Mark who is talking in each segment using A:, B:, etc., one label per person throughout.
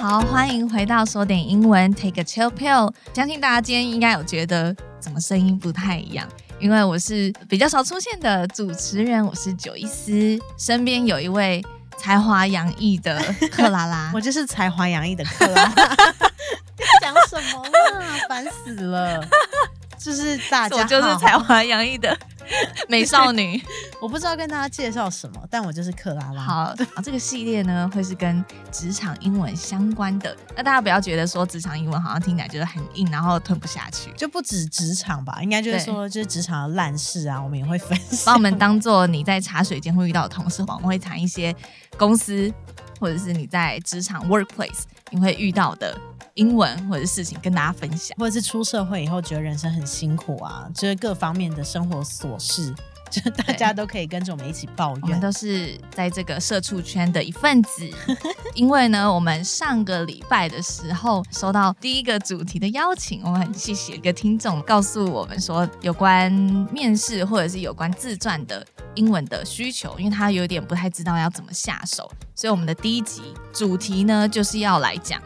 A: 好，欢迎回到说点英文，Take a chill pill。相信大家今天应该有觉得怎么声音不太一样，因为我是比较少出现的主持人，我是九一思，身边有一位才华洋溢的克拉拉 。
B: 我就是才华洋溢的啊克拉，讲什么啦？
A: 啊
B: 烦死了！ 就是大家
A: 我就是
B: 好
A: 才，华洋溢的美少女。
B: 我不知道跟大家介绍什么，但我就是克拉拉。，
A: 好，啊这个系列呢会是跟职场英文相关的。那大家不要觉得说职场英文好像听起来就是很硬，然后吞不下去，
B: 就不止职场吧，应该就是说，就是职场的烂事啊，我们也会分 析
A: 把。我们当做你在茶水间会遇到的同事，我们会谈一些公司或者是你在职场 workplace 你会遇到的英文或者事情跟大家分享。
B: 或者是出社会以后觉得人生很辛苦啊，就是各方面的生活琐事，就是大家都可以跟着我们一起抱
A: 我们
B: 怨。
A: 都是在这个社畜圈的一份子，因为呢，我们上个礼拜的时候收到第一个主题的邀请，我们很谢谢一个听众告诉我们说有关面试或者是有关自传的英文的需求，因为他有点不太知道要怎么下手，所以我们的第一集主题呢就是要来讲，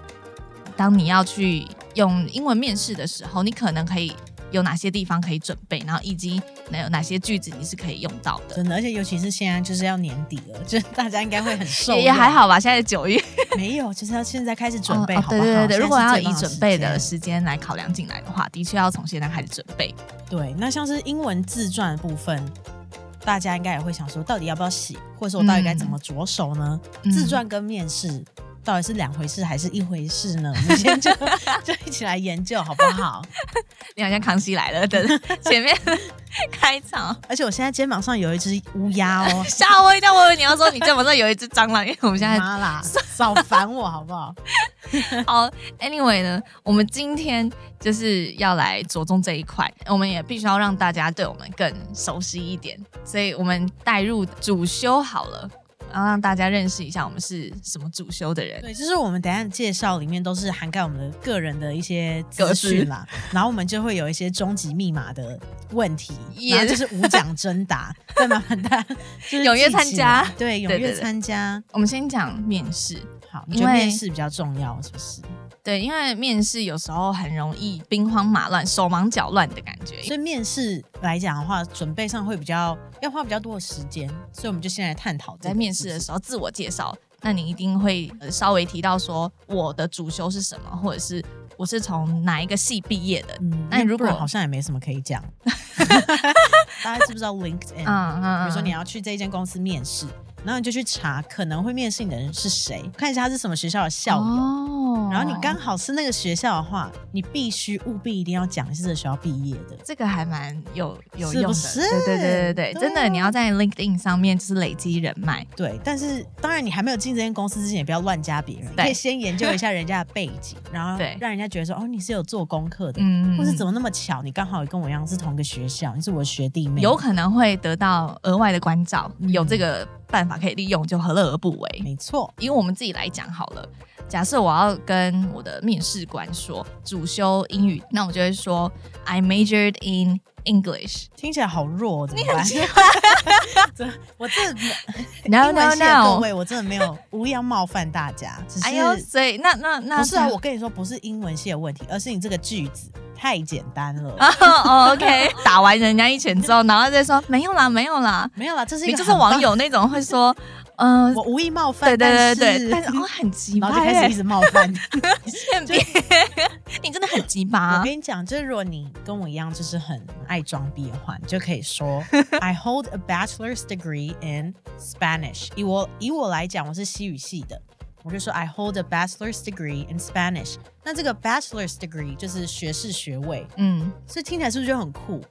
A: 当你要去用英文面试的时候，你可能可以。有哪些地方可以准备，然后以及能有哪些句子你是可以用到的？
B: 真的，而且尤其是现在就是要年底了，就是大家应该会很受
A: 也
B: 用。
A: 也还好吧，现在九月
B: 没有，就是要现在开始 准备，
A: 哦
B: 好不好？
A: 对对对对，如果要
B: 现在
A: 以
B: 是最
A: 准
B: 棒
A: 备
B: 时
A: 的
B: 间
A: 时间来考量进来的话，的确要从现在开始准备。
B: 对，那像是英文自传的部分，大家应该也会想说，到底要不要写，或者说我到底该怎么着手呢？
A: 嗯
B: 自传跟面试到底是两回事还是一回事呢？我们 先就就一起来研究好不好？
A: 你好像康熙来了的 前面的开场，，
B: 而且我现在肩膀上有一只乌鸦哦
A: 吓我一跳，我以为你要说你肩膀上有一只蟑螂，因为我们现在
B: 妈啦，少烦我好不好？
A: 好，Anyway 呢，我们今天就是要来着重这一块，我们也必须要让大家对我们更熟悉一点，所以我们带入主修好了，然后让大家认识一下我们是什么主修的人。
B: 对，就是我们等一下的介绍里面都是涵盖我们的个人的一些
A: 格
B: 资
A: 式
B: 讯啦，然后我们就会有一些终极密码的问题，
A: 也
B: 然后就是无奖 征答，再麻烦大家就是
A: 踊跃
B: 记起来
A: 参加，
B: 对，踊
A: 对对
B: 跃
A: 对
B: 参加。
A: 我们先讲面试，
B: 好，你觉得
A: 因为
B: 面试比较重要是不是？
A: 对，因为面试有时候很容易兵荒马乱、手忙脚乱的感觉。
B: 所以面试来讲的话，准备上会比较要花比较多的时间，所以我们就先来探讨这
A: 在
B: 个
A: 面
B: 是
A: 试
B: 不
A: 的
B: 是
A: 时候自我介绍，那你一定会呃稍微提到说我的主修是什么，或者是我是从哪一个系毕业的。
B: 嗯，
A: 那
B: 因为
A: 如
B: 不然
A: 果
B: 好像也没什么可以 讲，大家知不知道 LinkedIn？
A: 嗯嗯
B: 比如说你要去这一间公司面试，然后你就去查可能会面试你的人是谁，看一下他是什么学校的校友。
A: 哦
B: 然后你刚好是那个学校的话，你必须务必一定要讲是这个学校毕业的。
A: 这个还蛮有有
B: 是
A: 用
B: 不
A: 的，
B: 是
A: 对对对对对，
B: 对
A: 真的
B: 啊
A: 你要在 LinkedIn 上面就是累积人脉，
B: 对，但是当然你还没有进这间公司之前，也不要乱加别人，你
A: 对
B: 可以先研究一下人家的背 景，然后
A: 对
B: 让人家觉得说哦你是有做功课的，
A: 嗯，
B: 或是怎
A: 么
B: 么那么巧，你刚好跟我一样是同一个学校，你是我的学弟妹，
A: 有可能会得到额外的关照，
B: 嗯
A: 有这个办法可以利用，就何乐而不为？
B: 没错，
A: 以我们自己来讲好了，假设我要跟我的面试官说主修英语，那我就会说 I majored in English。
B: 听起来好弱，怎么办？ 真的我真的
A: No
B: 英文
A: no
B: 系的各
A: no！
B: 位，我真的没有无意要冒犯大家，只是、
A: 哎呦，所以那那那
B: 不是啊？我跟你说，不是英文系的问题，而是你这个句子太简单了。
A: 哦、o k 打完人家一拳之后，然后再说 没有啦，没有啦，
B: 没有啦，这是一
A: 你
B: 个
A: 就是
B: 很棒
A: 网，友那种会 说，嗯、
B: 我无意冒犯，
A: 对对对对，但
B: 但
A: 是哦，很急
B: 然
A: 吧
B: 后就 开始一
A: 欸，
B: 直冒犯。
A: 欠扁， 你真的很急吧、
B: 我跟你讲，就是如果你跟我一样，就是很爱装逼的话，你就可 以说 I hold a bachelor's degree in Spanish。以我以我来讲，我是西语系的，我就说 I hold a bachelor's degree in Spanish。那这个 bachelor's degree 就是学士学位，
A: 嗯，
B: 所以听起来是不是就很酷？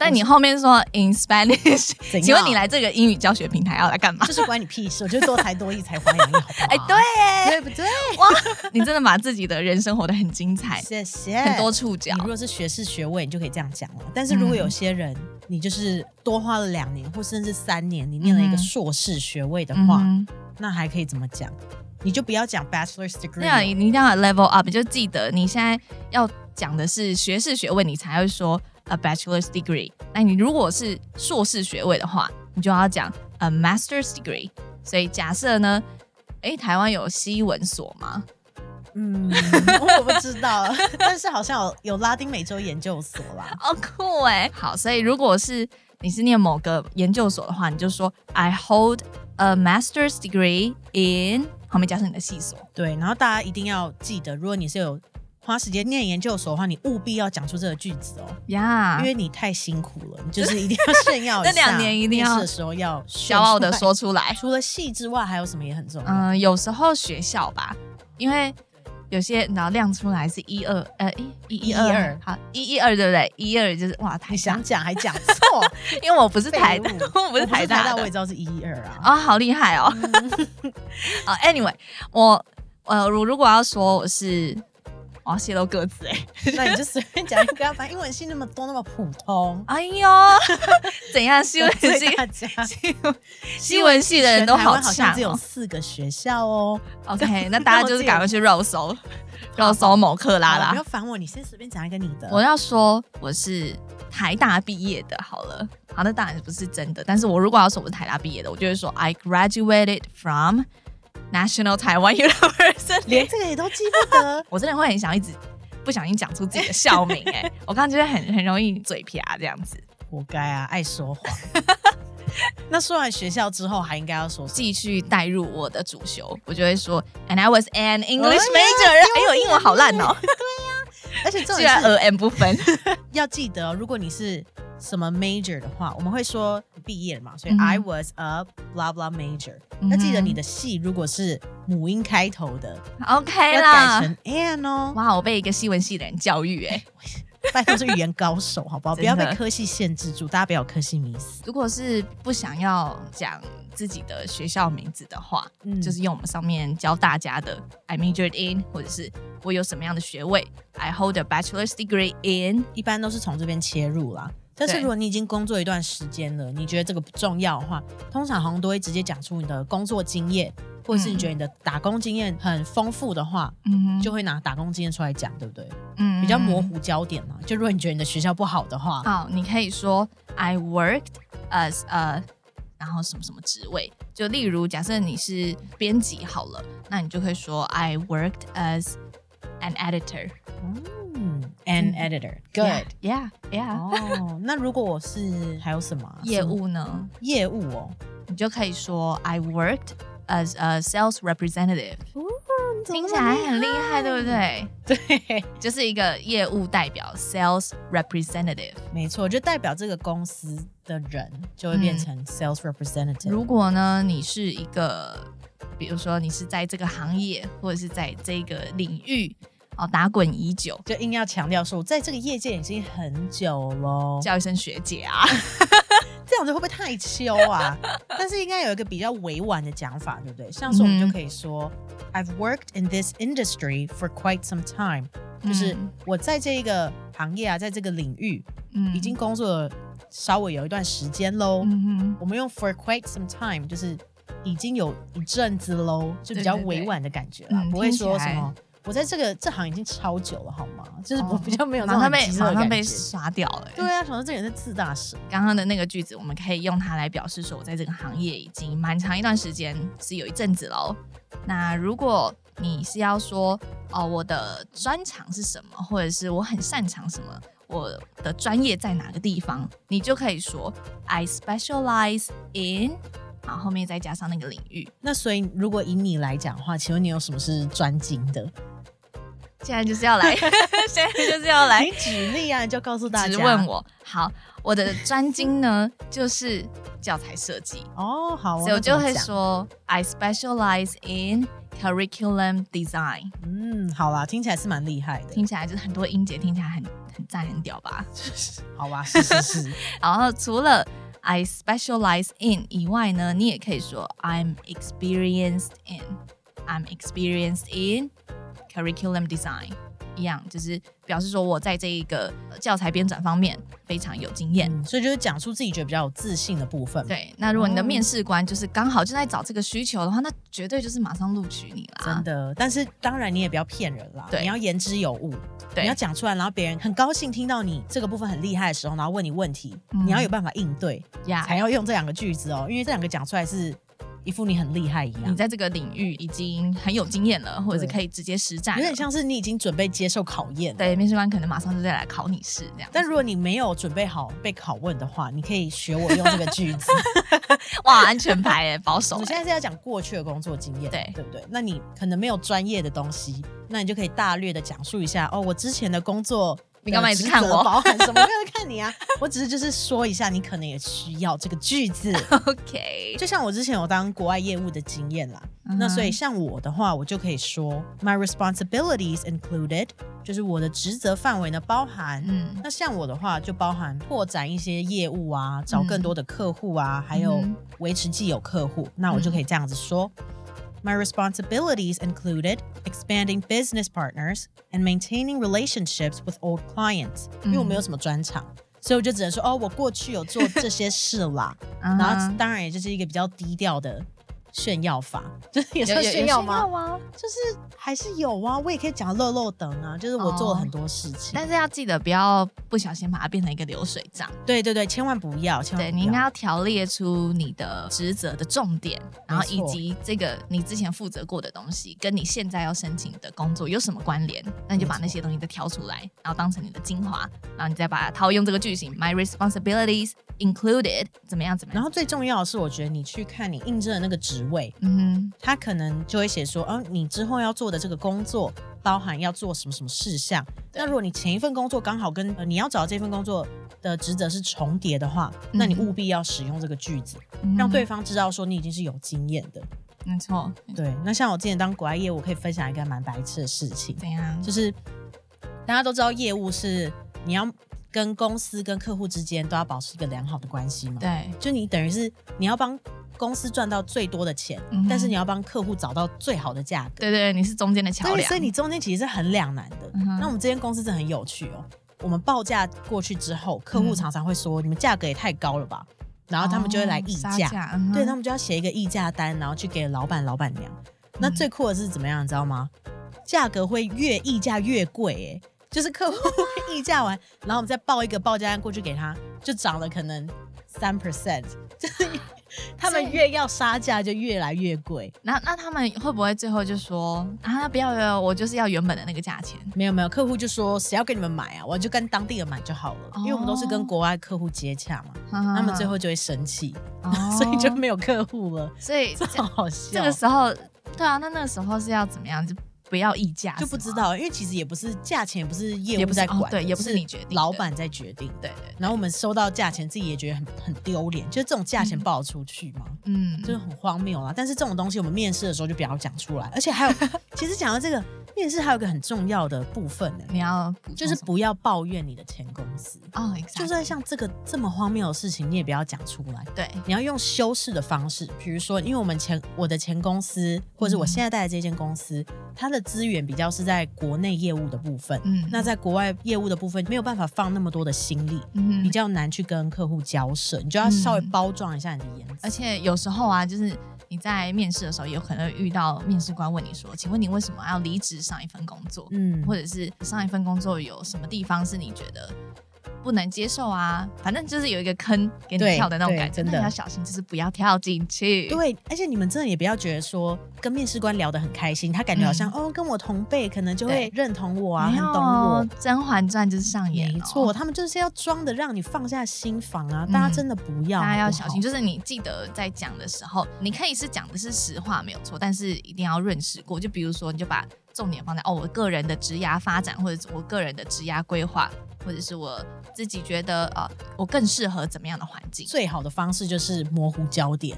A: 但你后面说 in Spanish，
B: 怎样
A: 请问你来这个英语教学平台要来干嘛？
B: 就是关你屁事，我觉得多才多艺才华洋溢，好不好？
A: 哎、对耶，
B: 对不对？
A: 哇，你真的把自己的人生活得很精彩，
B: 谢谢。
A: 很多触角
B: 你。如果是学士学位，你就可以这样讲了。但是如果有些人，你就是多花了两年，或甚至三年，你念了一
A: 嗯
B: 个硕士学位的话，
A: 嗯，
B: 那还可以怎么讲？你就不要讲 bachelor's
A: 那样
B: degree
A: 你
B: 了。
A: 你一定要 level up，你就记得你现在要讲的是学士学位，你才会说 a bachelor's degree。那你如果是硕士学位的话，你就要讲 a master's degree。所以假设呢，诶，台湾有西文所吗？
B: 嗯， 我不知道，但是好像有有拉丁美洲研究所啦。
A: 好酷哎、好，所以如果是你是念某个研究所的话，你就说 I hold a master's degree in，后面加上你的系所。
B: 对，然后大家一定要记得，如果你是有花时间念研究所的话，你务必要讲出这个句子哦，
A: 呀、
B: 因为你太辛苦了，你就是一定要炫耀 一下。
A: 这啊两年一定要
B: 面试的时候要炫
A: 骄傲的
B: 出来。
A: 说出来。
B: 除了戏之外，还有什么也很重要？
A: 嗯、有时候学校吧，因为有些然后亮出来是一二，呃，一一一二
B: 112，
A: 好，一一二对不对？一二就是哇，台
B: 你
A: 大
B: 想，讲还讲错，
A: 因为我不是台大
B: 废，
A: 我不是
B: 我
A: 台大
B: 大，
A: 的
B: 我也知道是一一二啊。
A: 啊、好厉害哦！ 啊、a n y w a y 我呃，如如果要说我是，我要泄露个子哎，
B: 那你就随便讲一个啊，反正英文系那么多，那么普 通。
A: 哎呦，怎样？新 闻
B: 所以
A: 系
B: 大家
A: 新闻系的人都
B: 全台湾好
A: 强
B: 像只有
A: 哦。
B: 四个学校哦。
A: OK，那大家就是赶快去肉 搜，肉搜某克拉
B: 好不
A: 啦
B: 要。烦我，你先随便讲一个你的。
A: 我要说我是台大毕业的，好了，好，那当然不是真的。但是我如果要说我是台大毕业的，我就会说 I graduated from National Taiwan University。，
B: 连这个也都记不得
A: 我真的会很想一直不小心讲出自己的校名、欸， 哎，我刚刚觉得很很容易嘴瓢这样子。
B: 活该啊，爱 说谎。那说完学校之后，还应该要说什么？
A: 继续带入我的主修，我就会说，and I was an English
B: 哎呀
A: major，哎呦，英文好烂 哦，
B: 而且重
A: 居
B: 点
A: 然
B: 是
A: 呃 n 不分。
B: 要记得哦，如果你是什么 major 的话，我们会说毕业了嘛，所以
A: 嗯哼
B: I was a blah blah major。那记得你的系如果是母音开头的，
A: 嗯 OK
B: 要改
A: 啦。
B: 成 an 哦。
A: 哇，我被一个西文系的人教育哎、
B: 拜托是语言高手，好 不好？
A: 真
B: 不
A: 的
B: 要被科系限制住，大家不要有科系迷思。
A: 如果是不想要讲自己的学校名字的话，
B: 嗯
A: 就是用我们上面教大家的 I majored in，或者是我有什么样的学位，I hold a bachelor's degree in，
B: 一般都是从这边切入啦。但是
A: 对
B: 如果你已经工作一段时间了，你觉得这个不重要的话，通常好像都会直接讲出你的工作经验，或者是你觉得你的打工经验很丰富的话，
A: 嗯
B: 就会拿打工经验出来讲，对不对？
A: 嗯哦
B: 比较模糊焦点嘛。就如果你觉得你的学校不好的话，
A: 好，你可以说 I worked as a，然后什么什么职位。就例如，假设你是编辑好了，那你就可以说 I worked as an editor。
B: 嗯，an
A: 嗯
B: editor，good。
A: Yeah, yeah.
B: 哦，那如果我是还有什么啊
A: 业
B: 什么
A: 务呢，
B: 业务哦，
A: 你就可以说 I worked as a sales representative。听起来很厉害，对不对？
B: 嗯 对，
A: 就是一个业务代表 sales representative。
B: 没错，就代表这个公司的人就会变成 sales representative。
A: 嗯如果呢，你是一个，比如说你是在这个行业或者是在这个领域哦打滚已久，
B: 就硬要强调说，我在这个业界已经很久喽，
A: 叫一声学姐啊，
B: 这样子会不会太羞 啊？但是应该有一个比较委婉的讲法，对不对？像是我们
A: 嗯
B: 就可以说、i v e worked in this industry for quite some time，就是
A: 嗯
B: 我在这一个行业啊，在这个领域
A: 嗯
B: 已经工作了稍微有一段时间喽。
A: 嗯
B: 我们用 for quite some time 就是已经有一阵子喽，就比较
A: 对对对
B: 委婉的感觉啦，
A: 嗯
B: 不会说
A: 听
B: 什
A: 起来
B: 么我在这个这行已经超久了，好吗？就是我
A: 哦
B: 比较没有
A: 哼，
B: 那
A: 马上
B: 种
A: 被
B: 急
A: 马
B: 的
A: 上
B: 感
A: 被
B: 觉。
A: 刷掉了、欸。
B: 对啊，想到这个人是自大神，
A: 刚刚的那个句子，我们可以用它来表示说，我在这个行业已经蛮长一段时间，是有一阵子喽。那如果你是要说哦，我的专长是什么，或者是我很擅长什么，我的专业在哪个地方，你就可以说 I specialize in，然后后面再加上那个领域。
B: 那所以如果以你来讲的话，请问你有什么是专精的？
A: 现在就是要 来，现在就是要来
B: 你举例啊，你就告诉大家。
A: 质问我。好，我的专精呢就是教材设计。
B: 哦，好啊，
A: 所以我
B: 那怎
A: 就
B: 么
A: 会
B: 讲，
A: 说 I specialize in curriculum design，
B: 嗯，好啦，听起来是蛮厉害的。
A: 听起来就是很多音节，听起来很很赞很屌吧？
B: 好吧，是是是，
A: 然后除了 I specialize in 以外呢，你也可以说 I'm experienced in，I'm experienced in curriculum design，一样就是表示说我在这一个呃教材编转方面非常有经验。
B: 嗯，所以就是讲出自己觉得比较有自信的部分嘛。
A: 对，那如果你的
B: 哦
A: 面试官就是刚好就在找这个需求的话，那绝对就是马上录取你啦。
B: 真的，但是当然你也不要骗人啦，
A: 啊对
B: 你要言之有物，
A: 对
B: 你要讲出来，然后别人很高兴听到你这个部分很厉害的时候，然后问你问题，
A: 嗯啊
B: 你要有办法应对，
A: 呀
B: 才要用这两个句子哦，因为这两个讲出来是一副你很厉害一
A: 你
B: 样，
A: 在这个领域已经很有经验了，或者是
B: 对
A: 可以直接实战了，
B: 有点像是你已经准备接受考验。。
A: 对面试官可能马上就再来考你试这样。
B: 但如果你没有准备好被拷问的话，你可以学我用这个句子。
A: 哇，安全牌耶，保
B: 我
A: 守
B: 们现
A: 耶。
B: 在是要讲过去的工作经验，
A: 对
B: 对不对？那你可能没有专业的东西，那你就可以大略的讲述一下哦，我之前的工作的职责。
A: 你干嘛一直看我
B: 包含什 么？我没有在看你啊，我只是就是说一下，你可能也需要这个句子。
A: OK，
B: 就像我之前有当国外业务的经验啦，
A: 嗯
B: 那所以像我的话，我就可以说 my responsibilities included，就是我的职责范围呢包含。
A: 嗯，
B: 那像我的话，就包含拓展一些业务啊，找更多的客户啊，还有
A: 嗯
B: 维持既有客户。那我就可以这样子说。My responsibilities included expanding business partners and maintaining relationships with old clients，、因为我没
A: 嗯
B: 有什么专长，所以我就只能说哦，我过去 有做这些事啦。
A: 嗯
B: 然后
A: 哼
B: 当然也就是一个比较低调的炫耀法，就是也
A: 有
B: 算
A: 有
B: 炫
A: 炫
B: 耀
A: 耀
B: 吗？
A: 吗？
B: 就是还是有啊，我也可以讲漏漏等啊，就是我做
A: 哦
B: 了很多事情。
A: 但是要记得不要不小心把它变成一个流水账。
B: 对对对，千万不要，千
A: 对
B: 万不
A: 你应该
B: 要。
A: 要条列出你的职责的重点，然后以及这个你之前负责过的东西跟你现在要申请的工作有什么关联，那你就把
B: 没错
A: 那些东西再挑出来，然后当成你的精华，然后你再把它用这个句型，my responsibilities included 怎么样怎么
B: 然
A: 样，
B: 后最重要的是，我觉得你去看你应征的那个职位，
A: 嗯
B: 他可能就会写说，嗯、你之后要做的这个工作包含要做什么什么事项。
A: 对
B: 那如果你前一份工作刚好跟、呃你要找的这份工作的职责是重叠的话，那你
A: 嗯
B: 务必要使用这个句子，
A: 哼，
B: 让
A: 嗯
B: 对方知道说你已经是有经验的。
A: 没错，
B: 对，那像我之前当国外业务，我可以分享一个蛮白痴的事情，
A: 怎样
B: 就？是大家都知道业务是你要跟公司跟客户之间都要保持一个良好的关系嘛，
A: 对，
B: 就你等于是你要帮公司赚到最多的钱，
A: 嗯哼
B: 但是你要帮客户找到最好的价格，
A: 对对，你是中间的桥
B: 对，
A: 梁
B: 所以，你中间其实是很两难的。
A: 嗯哼
B: 那我们这间公司真的很有趣哦，我们报价过去之后，客户
A: 嗯
B: 常常会说、你们价格也太高了吧，然后他们就会来议
A: 哦
B: 价。
A: 杀价，嗯哼
B: 对他们就要写一个议价单，然后去给老板、老板娘。那
A: 嗯
B: 最酷的是怎么样，你知道吗？价格会越议价越贵、欸，就是客户会议价完，然后我们再报一个报价单过去给他，就涨了可能三 percent，就是 他
A: 所
B: 们
A: 以
B: 越要杀价就越来越贵。
A: 那那他们会不会最后就说啊，不要不要，我就是要原本的那个价钱？
B: 没有没有，客户就说谁要跟你们买啊，我就跟当地人买就好了，因为我们都是跟
A: 哦
B: 国外客户接洽嘛，
A: 他
B: 他们最后就会生气，
A: 哦
B: 所以就没有客户了，
A: 所以这
B: 好好笑。
A: 这个时候，对啊，那那个时候是要怎么样？就不要议价，
B: 就不知。道，因为其实也不是价钱，也不是业
A: 啊也
B: 务
A: 不是
B: 在
A: 哦
B: 管的、
A: 对也不是你决定的
B: 老板在决定的。
A: 对对，
B: 然后我们收到价钱，自己也觉得很很丢脸，就是这种价钱
A: 嗯
B: 报出去嘛，
A: 嗯，
B: 就是很荒谬啊啦。但是这种东西我们面试的时候就不要讲出来，而且还 有，其实讲到这个面试还有一个很重要的部分呢、
A: 你要补充
B: 就
A: 嗯
B: 是
A: 什么
B: 不要抱怨你的前公司，
A: 哦，
B: 就
A: exactly，
B: 算像这个这么荒谬的事情，你也不要讲出来。
A: 对，
B: 你要用修饰的方式，比如说，因为我们前我的前公司，或者是我
A: 嗯
B: 现在待的这间公司，它的资源比较是在国内业务的部分，
A: 嗯，
B: 那在国外业务的部分没有办法放那么多的心力，
A: 嗯
B: 比，较难去跟客户交涉，你就要稍微包装一下你的颜色。
A: 而且有时候啊，就是你在面试的时候，有可能遇到面试官问你说：“请问你为什么要离职上一份工作？”
B: 嗯，
A: 或者是上一份工作有什么地方是你觉得不能接受啊？反正就是有一个坑给你
B: 对
A: 跳的那种感觉，
B: 对真
A: 那
B: 的
A: 你要小心，就是不要跳进去。
B: 对，而且你们真的也不要觉得说跟面试官聊得很开心，他感觉好像、哦跟我同辈，可能就会
A: 嗯对
B: 认同我啊，
A: 没
B: 很
A: 有，
B: 懂我。
A: 《甄嬛传》就是上演、哦，
B: 没错，，他们就是要装的让你放下心防啊，大家
A: 嗯
B: 真的不要，
A: 大家要
B: 好不
A: 小
B: 好
A: 心。就是你记得在讲的时候，你可以是讲的是实话没有错，但是一定要认识过。就比如说，你就把重点放在哦，我个人的职涯发展，或者是我个人的职涯规划，或者是我自己觉得呃，我更适合怎么样的环境。
B: 最好的方式就是模糊焦点，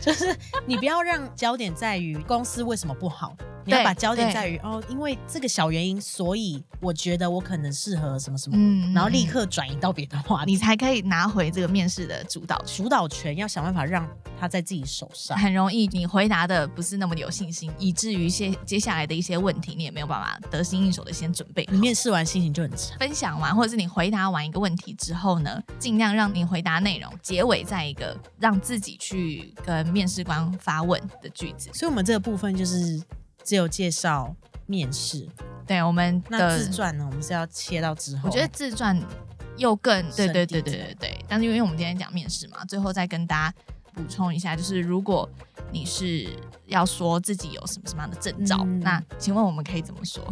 B: 就是你不要让焦点在于公司为什么不好，你要
A: 对
B: 把焦点
A: 对
B: 在于哦，因为这个小原因，所以我觉得我可能适合什么什么，
A: 嗯
B: 然后立
A: 刻。嗯
B: 刻转移到别的话题。
A: 你才可以拿回这个面试的主导权。
B: 主导权要想办法让他在自己手上。
A: 很容易，你回答的不是那么有信心，以至于一些接下来的一些问题，你也没有办法得心应手的先准备好
B: 你。面试完心情就很差，
A: 分享完，或者是你回答完一个问题之后呢，尽量让你回答内容结尾在一个让自己去跟面试官发问的句子。
B: 所以我们这个部分就是只有介绍面试，
A: 对我们
B: 那自
A: 的，
B: 传呢，我们是要切到之后。
A: 我觉得自传又更对
B: 深
A: 对对
B: 地
A: 对对对。但是因为我们今天讲面试嘛，最后再跟大家补充一下，就是如果你是要说自己有什么什么样的证照。
B: 嗯
A: 那请问我们可以怎么说？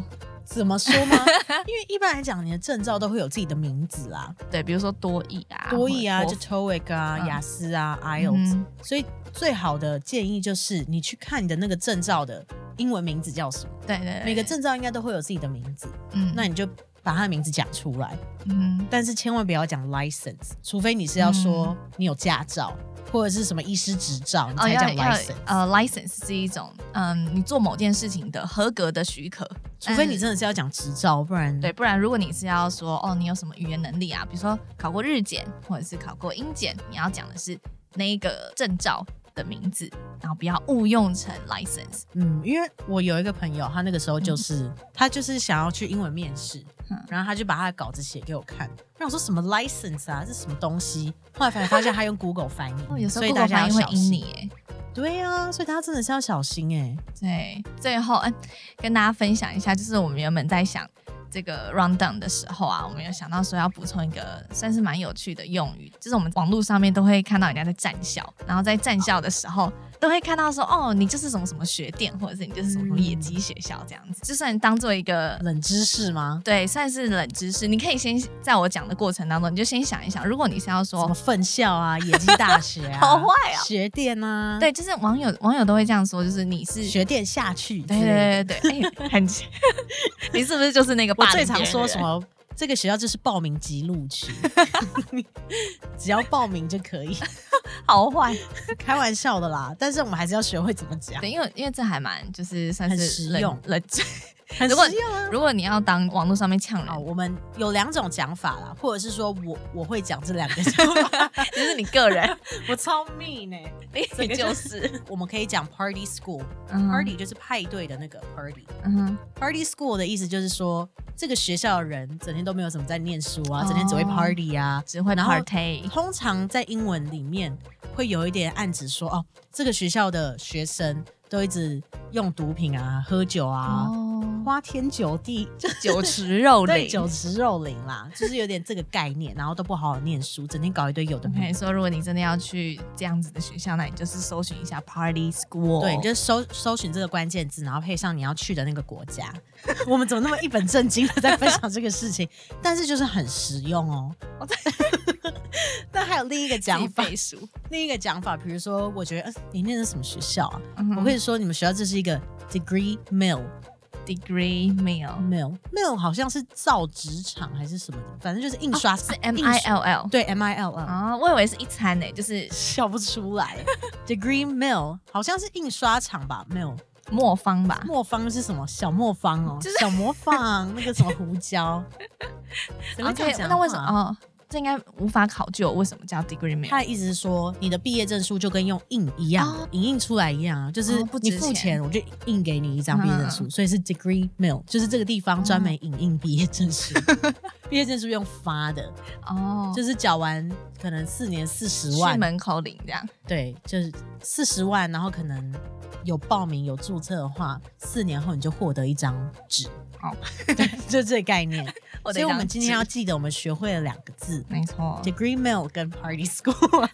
B: 怎么说吗？ 因为一般来讲，你的证照都会有自己的名字啊啦，
A: 对，比如说多益啊，
B: 多益啊，
A: 或
B: 就
A: 者
B: TOEIC 啊、
A: 嗯
B: 雅思啊、
A: 托福
B: IELTS，、
A: 嗯
B: 所以最好的建议就是你去看你的那个证照的英文名字叫什么，
A: 对对对，
B: 每个证照应该都会有自己的名字，
A: 嗯
B: 那你就把它的名字讲出来，
A: 嗯
B: 但是千万不要讲 license，除非你是要说你有驾照、或者是什么医师执照，你
A: 哦
B: 才
A: 要
B: 讲
A: 要
B: license，、
A: 呃 license 是一种嗯你做某件事情的合格的许可，
B: 除非你
A: 嗯
B: 真的是要讲执照，不然
A: 对，不然如果你是要说哦，你有什么语言能力啊，比如说考过日检或者是考过英检，你要讲的是那一个证照的名字，然后不要误用成 license。
B: 嗯，因为我有一个朋友，他那个时候就是、他就是想要去英文面试，
A: 嗯
B: 然后他就把他的稿子写给我看，让我说什么 license 啊，这是什么东西？后来才发现他用 Google 翻译，
A: 哦，有时
B: 所
A: 候
B: 以
A: Google
B: 大家
A: 翻
B: 要
A: 译会
B: 小
A: 阴
B: 心
A: 你哎。
B: 对啊，所以大家真的是要小心哎、
A: 对，最后嗯，跟大家分享一下，就是我们原本在想这个 round down 的时候啊，我们有想到说要补充一个算是蛮有趣的用语，就是我们网络上面都会看到人家在站校，然后在站校的时候。都会看到说哦，你就是什么什么学店，或者是你就是什么什么野鸡学校这样子，就算当做一个
B: 冷知识吗？
A: 对，算是冷知识。你可以先在我讲的过程当中，你就先想一想，如果你是要
B: 什
A: 说
B: 么分校啊， 野鸡大学啊，
A: 哦 好坏啊
B: 学店啊，，
A: 对，就是网友网友都会这样说，就是你是
B: 学店下去之
A: 对
B: 类的，
A: 对对对，对 哎、很，你是不是就是那个
B: 我
A: 霸凌
B: 最
A: 别人
B: 常
A: 的
B: 说什
A: 人？
B: 么？这个学校就是报名即录 取， 只要报名就可以，
A: 好坏？
B: 啊开玩笑的啦。但是我们还是要学会怎么讲。
A: 对，因为因为这还蛮就是算
B: 很
A: 是
B: 实
A: 冷
B: 用
A: 冷 知。
B: 很
A: 如果
B: 实用啊。哦
A: 如果你要当网络上面呛人
B: 好，，我们有两种讲法啦，或者是说我我会讲这两个讲 法，
A: 就是你个 人，
B: 我超 mean 哎、
A: 你
B: 整个
A: 就
B: 就是 我们可以讲 party school，party、
A: 嗯哼
B: 就是派对的那个 party。
A: 嗯哼
B: party school 的意思就是说，这个学校的人整天都没有什么在念书
A: 哦
B: 啊，整天只会 party 啊。
A: 只会
B: 然后
A: party，
B: 通常在英文里面会有一点暗指说，哦，这个学校的学生都一直用毒品啊、喝酒啊、
A: 哦，
B: 花天酒地，就
A: 酒池肉
B: 对，
A: 林。
B: 酒池肉林啦，就是有点这个概念，然后都不好好念书，整天搞一堆有的
A: 我跟
B: 没
A: 你
B: 的。
A: 说，如果你真的要去这样子的学校，那你就是搜寻一下 party school，
B: 对，你就搜搜寻这个关键字，然后配上你要去的那个国家。 我们怎么那么一本正经的在分享这个事情？ 但是就是很实用哦
A: 我在。
B: 那还有另一个
A: 自己
B: 讲法，
A: 背书。
B: 另一个讲法，比如说，我觉得、呃、你念的是什么学校啊？
A: 嗯哼
B: 我会说你们学校这是一个 degree mill 哦
A: degree meal
B: mill mill，好像是造纸厂还是什么的，反正就是印刷、
A: 哦是
B: 印
A: M
B: 刷
A: I L L
B: 对 M I L 嗯 L。
A: 啊，我以为是一餐呢，就是
B: 笑不出来。Degree Mill 好像是印刷厂吧？Mill
A: 磨坊吧，
B: 磨坊是什么？小磨坊哦，
A: 就是
B: 小 磨坊那个什么胡椒。怎么
A: OK，
B: 这样讲话
A: 那为什么？？哦，这应该无法考究为什么叫 degree meal。
B: 他的意思是说，你的毕业证书就跟用印一样，
A: 哦
B: 影印出来一样啊，就是
A: 哦不值钱嗯
B: 你付钱，我就印给你一张毕业证书，所以是 degree mill，就是这个地方专门影印毕业证书。 毕业证书用发的，
A: 哦，
B: 就是缴完可能四年四十
A: 去
B: 万，
A: 门口领这样。
B: 对，就是四十万，然后可能有报名有注册的话，四年后你就获得一张纸。
A: 哦，
B: 对，就这个概念。
A: 我
B: 所
A: 得
B: 以我
A: 当
B: 们今天
A: 纸
B: 要记得，我们学会了两个字
A: 没错，
B: ：degree mill 跟 party school。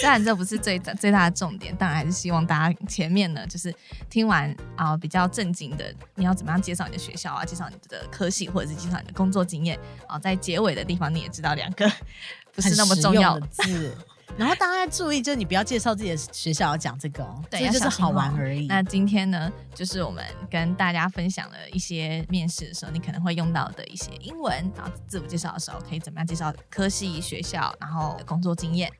A: 虽然这不是最大最大的重点，当然还是希望大家前面呢，就是听完啊、比较正经的，你要怎么样介绍你的学校啊，介绍你的科系，或者是介绍你的工作经验啊、在结尾的地方你也知道两个 不是那么重要
B: 很实用的字。然后大家要注意，就是你不要介绍自己的学校要讲这个哦，
A: 对
B: 这就是
A: 要小心哦
B: 好玩而已。
A: 那今天呢，就是我们跟大家分享了一些面试的时候你可能会用到的一些英文，然后自我介绍的时候可以怎么样介绍科系、学校，然后工作经验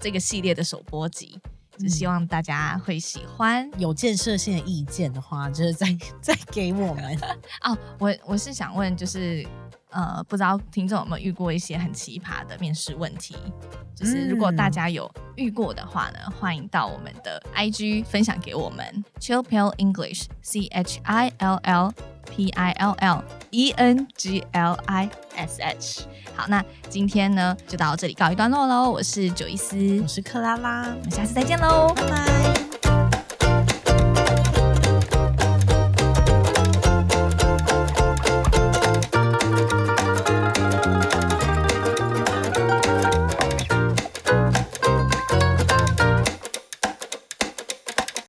A: 这个系列的首播集，就希望大家会喜欢。
B: 有建设性的意见的话，就是再 再给我们。
A: 哦，我我是想问，就是呃，不知道听众有没有遇过一些很奇葩的面试问题？就是如果大
B: 嗯
A: 家有遇过的话呢，欢迎到我们的 IG 分享给我们。Chill Pill English C H I L L P I L L E N G L I S H。好，那今天呢就到这里告一段落喽。我是九一思，
B: 我是克拉拉，
A: 我们下次再见喽，
B: 拜拜。